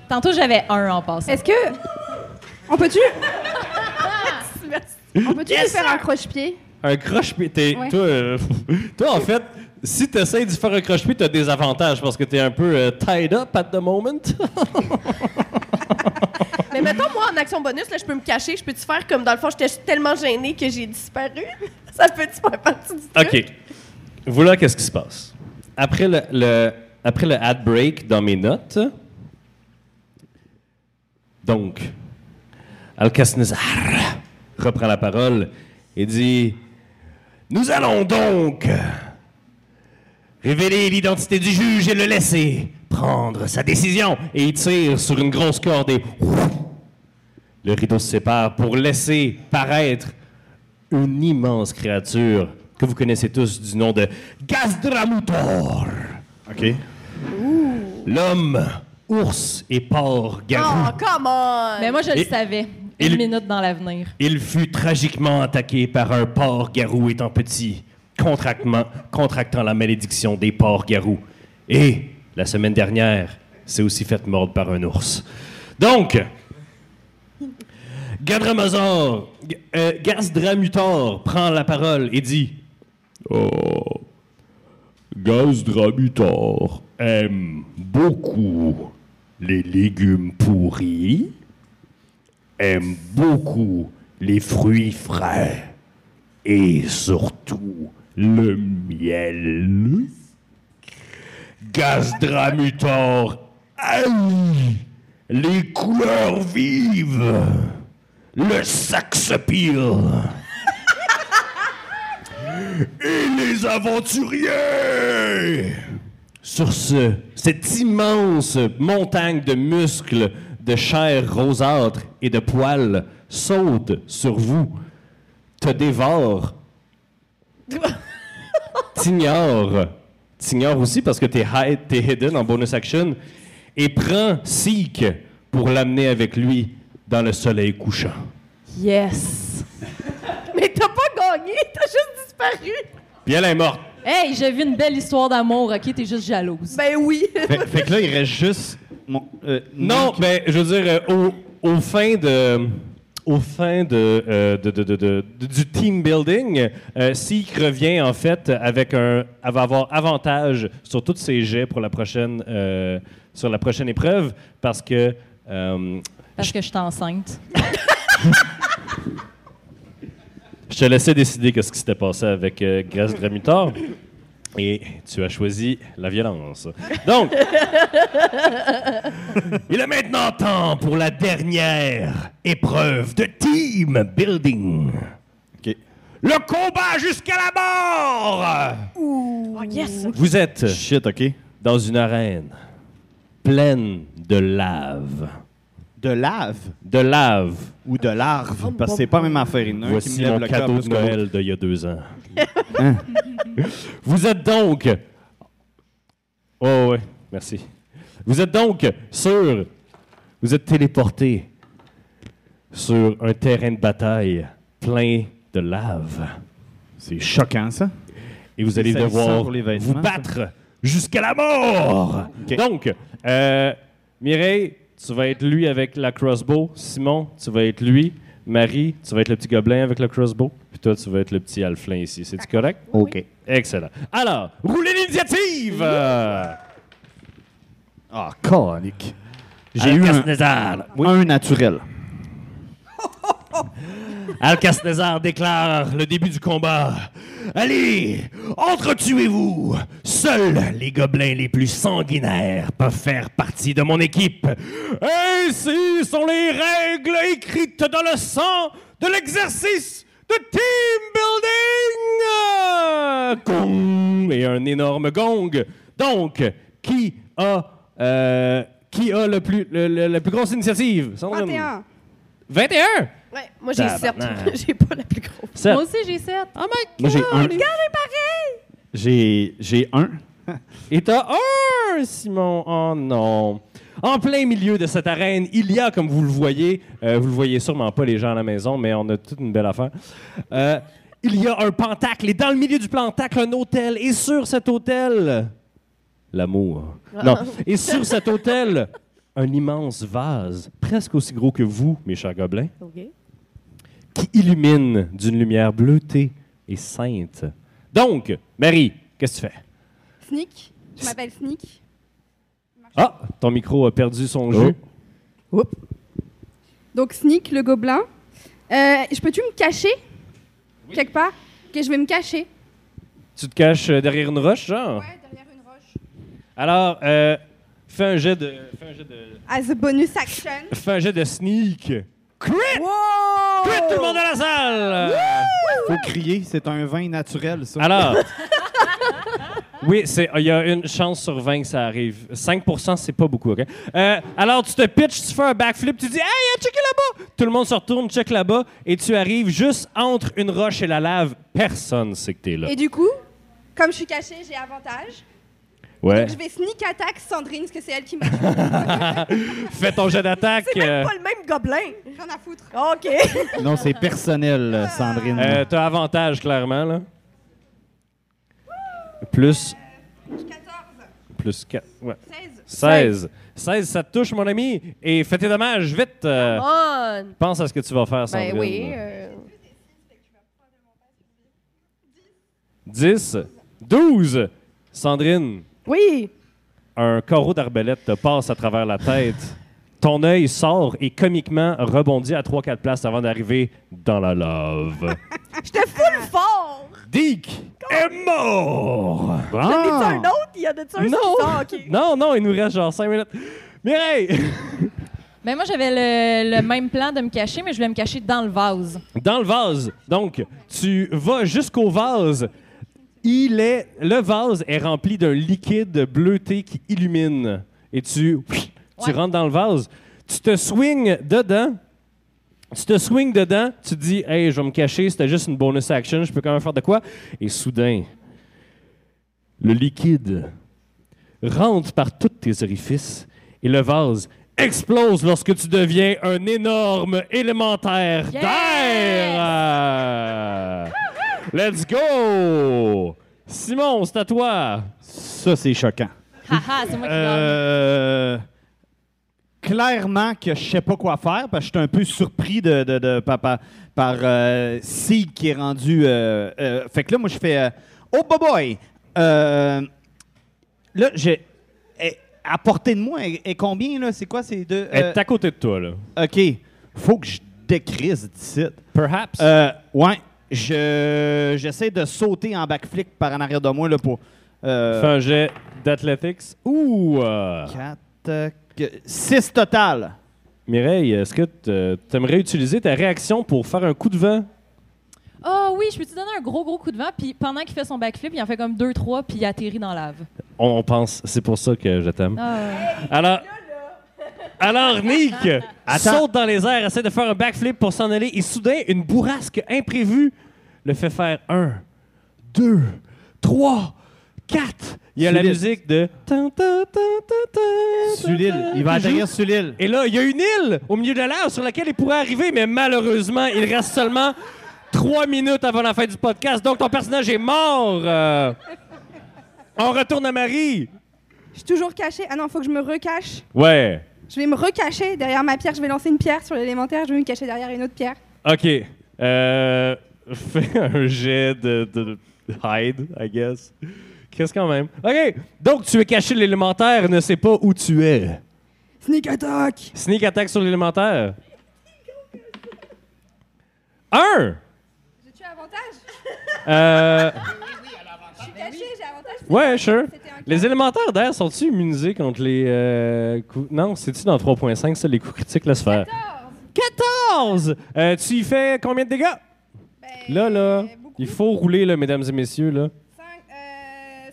Speaker 4: Tantôt, j'avais un en passant.
Speaker 5: Est-ce que. On peut-tu. On peut-tu lui faire un croche-pied
Speaker 1: Un croche-pied. t'es-
Speaker 5: Ouais.
Speaker 1: Toi, euh, toi, en fait, si tu essaies de faire un croche-pied, tu as des avantages parce que tu es un peu euh, tied up at the moment.
Speaker 3: Mais mettons, moi, en action bonus, là, je peux me cacher, je peux-tu faire comme dans le fond, j'étais tellement gênée que j'ai disparu? Ça peut-tu faire partie du truc?
Speaker 1: OK. Voilà qu'est-ce qui se passe. Après le, le- après le ad break dans mes notes, donc, Alcasnezar reprend la parole et dit Nous allons donc révéler l'identité du juge et le laisser prendre sa décision. Et il tire sur une grosse corde et le rideau se sépare pour laisser paraître une immense créature que vous connaissez tous du nom de Gazdramutor. OK. L'homme, ours et porc garou.
Speaker 3: Oh, come on!
Speaker 4: Mais moi, je le
Speaker 1: Et-
Speaker 4: savais.
Speaker 1: et
Speaker 4: Une
Speaker 1: le-
Speaker 4: minute dans l'avenir.
Speaker 1: Il fut tragiquement attaqué par un porc-garou étant petit, contractement- contractant la malédiction des porcs-garous. Et, la semaine dernière, s'est aussi fait mordre par un ours. Donc, Gadramazor, G- euh, Gazdramutor prend la parole et dit Oh, Gazdramutor aime beaucoup les légumes pourris aime beaucoup les fruits frais et surtout le miel. Gazdramutor haït les couleurs vives, le saxepire et les aventuriers. Sur ce, cette immense montagne de muscles, de chair rosâtre et de poils saute sur vous, te dévore, t'ignore, t'ignore aussi parce que t'es hide, t'es hidden en bonus action, et prend Seek pour l'amener avec lui dans le soleil couchant.
Speaker 4: Yes!
Speaker 3: Mais t'as pas gagné, t'as juste disparu!
Speaker 1: Puis elle est morte.
Speaker 4: Hey, j'ai vu une belle histoire d'amour, OK? T'es juste jalouse.
Speaker 3: Ben oui!
Speaker 2: Fait, fait que là, il reste juste. mon- euh,
Speaker 1: Non,
Speaker 2: Nick.
Speaker 1: mais je veux dire, euh, au, au fin de. au fin de, euh, de- de- de- de- de- du team building, euh, Seek revient en fait avec un, elle va avoir avantage sur tous ses jets pour la prochaine, euh, sur la prochaine épreuve parce que euh,
Speaker 4: Parce que je suis enceinte.
Speaker 1: je te laissais décider que ce qui s'était passé avec euh, Grace Dramutor et tu as choisi la violence. Donc, il est maintenant temps pour la dernière épreuve de team building.
Speaker 6: OK.
Speaker 1: Le combat jusqu'à la mort!
Speaker 3: Oh, yes!
Speaker 1: Vous êtes
Speaker 6: Shit, OK.
Speaker 1: dans une arène pleine de lave.
Speaker 6: De lave
Speaker 1: De lave.
Speaker 6: ou de larve? Parce que c'est pas la même affaire. Il y en a un qui
Speaker 1: Voici
Speaker 6: me lève
Speaker 1: mon
Speaker 6: le cœur
Speaker 1: cadeau
Speaker 6: plus
Speaker 1: de
Speaker 6: que l'autre.
Speaker 1: Noël d'il y a deux ans. Hein? Vous êtes donc. Oh, ouais, merci. Vous êtes donc sur. Vous êtes téléporté sur un terrain de bataille plein de lave.
Speaker 6: C'est choquant, ça.
Speaker 1: Et vous allez
Speaker 6: salissant
Speaker 1: devoir
Speaker 6: pour les vêtements,
Speaker 1: vous
Speaker 6: ça.
Speaker 1: battre jusqu'à la mort.
Speaker 6: OK.
Speaker 1: Donc, euh, Mireille, tu vas être lui avec la crossbow. Simon, tu vas être lui. Marie, tu vas être le petit gobelin avec le crossbow. Puis toi, tu vas être le petit alflin ici. C'est-tu correct?
Speaker 2: OK.
Speaker 1: Excellent. Alors, roulez l'initiative! Euh,
Speaker 6: Ah, conique.
Speaker 1: J'ai eu un...
Speaker 2: Un naturel.
Speaker 1: Alcasnezar déclare le début du combat. Allez, entretuez-vous. Seuls les gobelins les plus sanguinaires peuvent faire partie de mon équipe. Ainsi sont les règles écrites dans le sang de l'exercice de team building. Gong et un énorme gong. Donc, qui a euh, qui a le plus le- le- la plus grosse initiative Sandrine?
Speaker 5: 21.
Speaker 1: 21.
Speaker 3: Ouais, moi, j'ai sept.
Speaker 1: Tabarnak.
Speaker 3: J'ai pas la plus grosse.
Speaker 1: Sept.
Speaker 4: Moi aussi, j'ai 7.
Speaker 1: Oh my
Speaker 6: Moi, j'ai un.
Speaker 3: pareil!
Speaker 6: J'ai j'ai un.
Speaker 1: Et t'as un, Simon. Oh non. En plein milieu de cette arène, il y a, comme vous le voyez, euh, vous le voyez sûrement pas les gens à la maison, mais on a toute une belle affaire. Euh, il y a un pentacle, et dans le milieu du pentacle, un hôtel. Et sur cet hôtel, l'amour. Non. Et sur cet hôtel, un immense vase, presque aussi gros que vous, mes chers gobelins, qui illumine d'une lumière bleutée et sainte. Donc, Marie, qu'est-ce que tu fais?
Speaker 5: Sneak. Je m'appelle Sneak.
Speaker 1: Ah, ton micro a perdu son jeu.
Speaker 5: Donc Sneak, le gobelin. Euh, je peux-tu me cacher Quelque part Ok, je vais me cacher.
Speaker 1: Tu te caches euh, derrière une roche, genre?
Speaker 5: Ouais, derrière une roche.
Speaker 1: Alors, euh, fais un jet de. Fais un jet de.
Speaker 5: As a bonus action.
Speaker 1: Fais un jet de sneak. Crit!
Speaker 3: Wow!
Speaker 1: Crit tout le monde dans la salle!
Speaker 6: Faut crier, c'est un vin naturel, ça.
Speaker 1: Alors. Oui, c'est- il y a une chance sur 20 que ça arrive. 5 c'est pas beaucoup, OK? Euh, alors, tu te pitches, tu fais un backflip, tu dis « Hey, euh, checker là-bas! » Tout le monde se retourne, check là-bas, et tu arrives juste entre une roche et la lave. Personne sait que t'es là.
Speaker 5: Et du coup, comme je suis cachée, j'ai avantage.
Speaker 1: Ouais.
Speaker 5: Je vais sneak attack Sandrine, parce que c'est elle qui m'a
Speaker 1: Fais ton jet d'attaque.
Speaker 3: C'est même
Speaker 1: euh,
Speaker 3: pas le même gobelin!
Speaker 5: rien à foutre. Oh,
Speaker 3: OK!
Speaker 2: Non, c'est personnel, euh, Sandrine.
Speaker 1: Euh, T'as avantage, clairement, là. Plus,
Speaker 5: 14,
Speaker 1: plus 4, ouais.
Speaker 5: 16.
Speaker 1: 16. 16, ça te touche, mon ami. Et fais tes dommages, vite. euh,
Speaker 3: On!
Speaker 1: pense à ce que tu vas faire, Sandrine.
Speaker 3: Ben oui. euh,
Speaker 1: 10, 12. Sandrine,
Speaker 3: Oui!
Speaker 1: un carreau d'arbalète te passe à travers la tête. Ton œil sort et comiquement rebondit à 3-4 places avant d'arriver dans la lave.
Speaker 3: J'étais full fort!
Speaker 1: Dick est mort!
Speaker 3: J'en
Speaker 1: Ah.
Speaker 3: ai-tu un autre? Il y en a-tu un qui sort? OK.
Speaker 1: Hein? Non, non, il nous reste genre 5 minutes. Mireille!
Speaker 4: Ben moi, j'avais le, le même plan de me cacher, mais je voulais me cacher dans le vase.
Speaker 1: Dans le vase. Donc, tu vas jusqu'au vase. Il est, le vase est rempli d'un liquide bleuté qui illumine. Et tu, tu
Speaker 4: Ouais.
Speaker 1: rentres dans le vase. Tu te swings dedans. Tu te swings dedans. Tu te dis, hey, je vais me cacher. C'était juste une bonus action. Je peux quand même faire de quoi. Et soudain, le liquide rentre par tous tes orifices et le vase explose lorsque tu deviens un énorme élémentaire
Speaker 4: Yes!
Speaker 1: d'air. Let's go! Simon, c'est à toi.
Speaker 6: Ça, c'est choquant.
Speaker 2: Euh.
Speaker 4: Haha, c'est moi qui gagne.
Speaker 6: Euh. clairement que je sais pas quoi faire parce que je suis un peu surpris de, de, de- par, par, par, euh, Sig qui est rendu. euh, euh, fait que là, moi, je fais euh, Oh, boy, boy! Euh, là, j'ai. eh, À portée de moi, et combien, là? C'est quoi ces deux?
Speaker 1: Elle
Speaker 6: euh,
Speaker 1: est à côté de toi, là.
Speaker 6: OK. Faut que je décrise d'ici.
Speaker 1: Perhaps.
Speaker 6: Euh, ouais. Je, j'essaie de sauter en backflip par en arrière de moi là, pour.
Speaker 1: Fais
Speaker 6: Euh,
Speaker 1: un jet d'athletics. Ouh! euh,
Speaker 6: 6 total.
Speaker 1: Mireille, est-ce que tu aimerais utiliser ta réaction pour faire un coup de vent?
Speaker 4: Ah oui, je peux te donner un gros, gros coup de vent. Puis pendant qu'il fait son backflip, il en fait comme deux, trois, puis il atterrit dans la lave.
Speaker 1: On, on pense, c'est pour ça que je t'aime.
Speaker 4: Ah,
Speaker 1: Alors, alors Nick saute dans les airs, essaie de faire un backflip pour s'en aller et soudain, une bourrasque imprévue le fait faire un, deux, trois, quatre. Il y a la
Speaker 6: Solide.
Speaker 1: musique de... Tan, tan, tan, tan, tan,
Speaker 6: Sur l'île. Il va
Speaker 1: qui joue.
Speaker 6: atterrir sur l'île.
Speaker 1: Et là, il y a une île au milieu de l'air sur laquelle il pourrait arriver, mais malheureusement, il reste seulement trois minutes avant la fin du podcast. Donc, ton personnage est mort. Euh, On retourne à Marie.
Speaker 5: Je suis toujours cachée. Ah non, faut que je me recache.
Speaker 1: Ouais.
Speaker 5: Je vais me recacher derrière ma pierre. Je vais lancer une pierre sur l'élémentaire. Je vais me cacher derrière une autre pierre.
Speaker 1: OK. Euh, Fais un jet de, de- de hide, I guess. Qu'est-ce quand même? OK. Donc, tu es caché. L'élémentaire ne sait pas où tu es.
Speaker 5: Sneak attack
Speaker 1: Sneak attack sur l'élémentaire. Un.
Speaker 5: J'ai tué avantage.
Speaker 1: Euh,
Speaker 5: Je suis cachée, j'ai avantage.
Speaker 1: ouais, sure.
Speaker 5: C'était un
Speaker 1: Les élémentaires d'air sont-ils immunisés contre les euh, coups. Non, c'est-tu dans 3.5 ça, les coups critiques, laisse faire? 14! Euh, tu y fais combien de dégâts?
Speaker 5: Ben,
Speaker 1: Là, là, il faut rouler, là, mesdames et messieurs, là.
Speaker 5: 5, euh,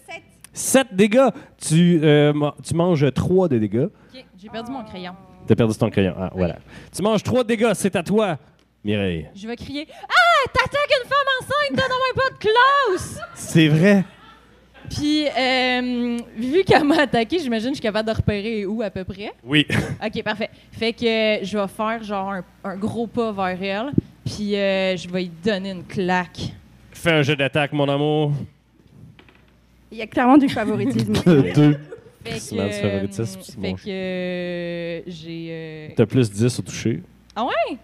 Speaker 5: 7.
Speaker 1: 7 dégâts! Tu, euh, ma- tu manges 3 de dégâts.
Speaker 4: OK, j'ai perdu mon crayon.
Speaker 1: T'as perdu ton crayon. Ah, voilà. Tu manges 3 dégâts, c'est à toi, Mireille.
Speaker 4: Je vais crier « Ah! T'attaques une femme enceinte! T'as dans pas de classe!
Speaker 6: C'est vrai. »
Speaker 4: Puis, euh, vu qu'elle m'a attaqué, j'imagine que je suis capable de repérer où à peu près.
Speaker 1: Oui.
Speaker 4: OK, parfait. Fait que je vais faire genre un, un gros pas vers elle, puis euh, je vais lui donner une claque.
Speaker 1: Fais un jeu d'attaque, mon amour.
Speaker 5: Il y a clairement du favoritisme.
Speaker 4: Fait
Speaker 1: C'est
Speaker 4: que,
Speaker 1: mal du favoritisme,
Speaker 4: euh,
Speaker 1: c'est
Speaker 4: fait
Speaker 1: bon.
Speaker 4: que euh, j'ai... euh,
Speaker 1: T'as plus 10 au toucher.
Speaker 4: Ah ouais?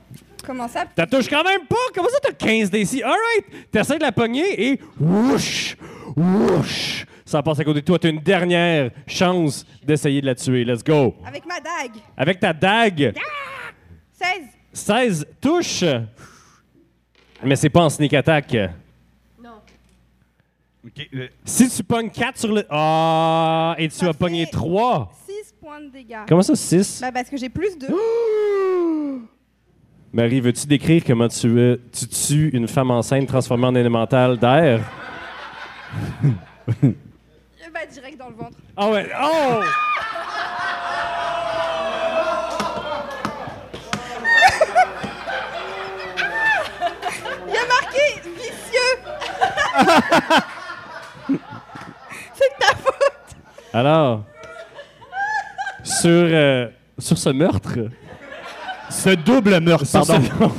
Speaker 5: Comment ça
Speaker 1: T'as touche quand même pas! Comment ça t'as 15 d'ici? Alright! T'essaies de la pogner et whoosh! Whoosh! Ça passe à côté de toi. T'as une dernière chance d'essayer de la tuer. Let's go!
Speaker 5: Avec ma dague.
Speaker 1: Avec ta dague,
Speaker 5: 16.
Speaker 1: 16 touches! Mais c'est pas en sneak attack. Si tu pognes 4 sur le. Ah! Et tu
Speaker 5: Ça
Speaker 1: as pogné
Speaker 5: fait-
Speaker 1: 3!
Speaker 5: 6 points de dégâts.
Speaker 1: Comment ça, 6?
Speaker 5: Bah parce que j'ai plus de...
Speaker 1: Oh! Marie, veux-tu décrire comment tu, euh, tu tues une femme enceinte transformée en élémental d'air?
Speaker 5: Euh, Bah direct dans le ventre.
Speaker 1: Ah ouais. Oh!
Speaker 5: Il y a marqué vicieux. C'est de ta faute.
Speaker 1: Alors, sur, euh, sur ce meurtre,
Speaker 6: Ce double meurtre,
Speaker 1: sur
Speaker 6: pardon.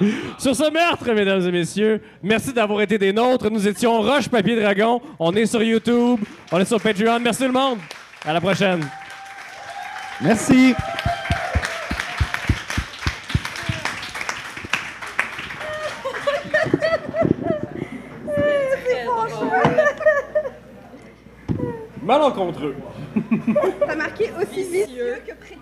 Speaker 1: ce- sur ce meurtre, mesdames et messieurs, merci d'avoir été des nôtres. Nous étions Roche Papier Dragon. On est sur YouTube, on est sur Patreon. Merci tout le monde. À la prochaine.
Speaker 6: Merci.
Speaker 1: Malencontreux.
Speaker 5: T'as marqué aussi vicieux que précis.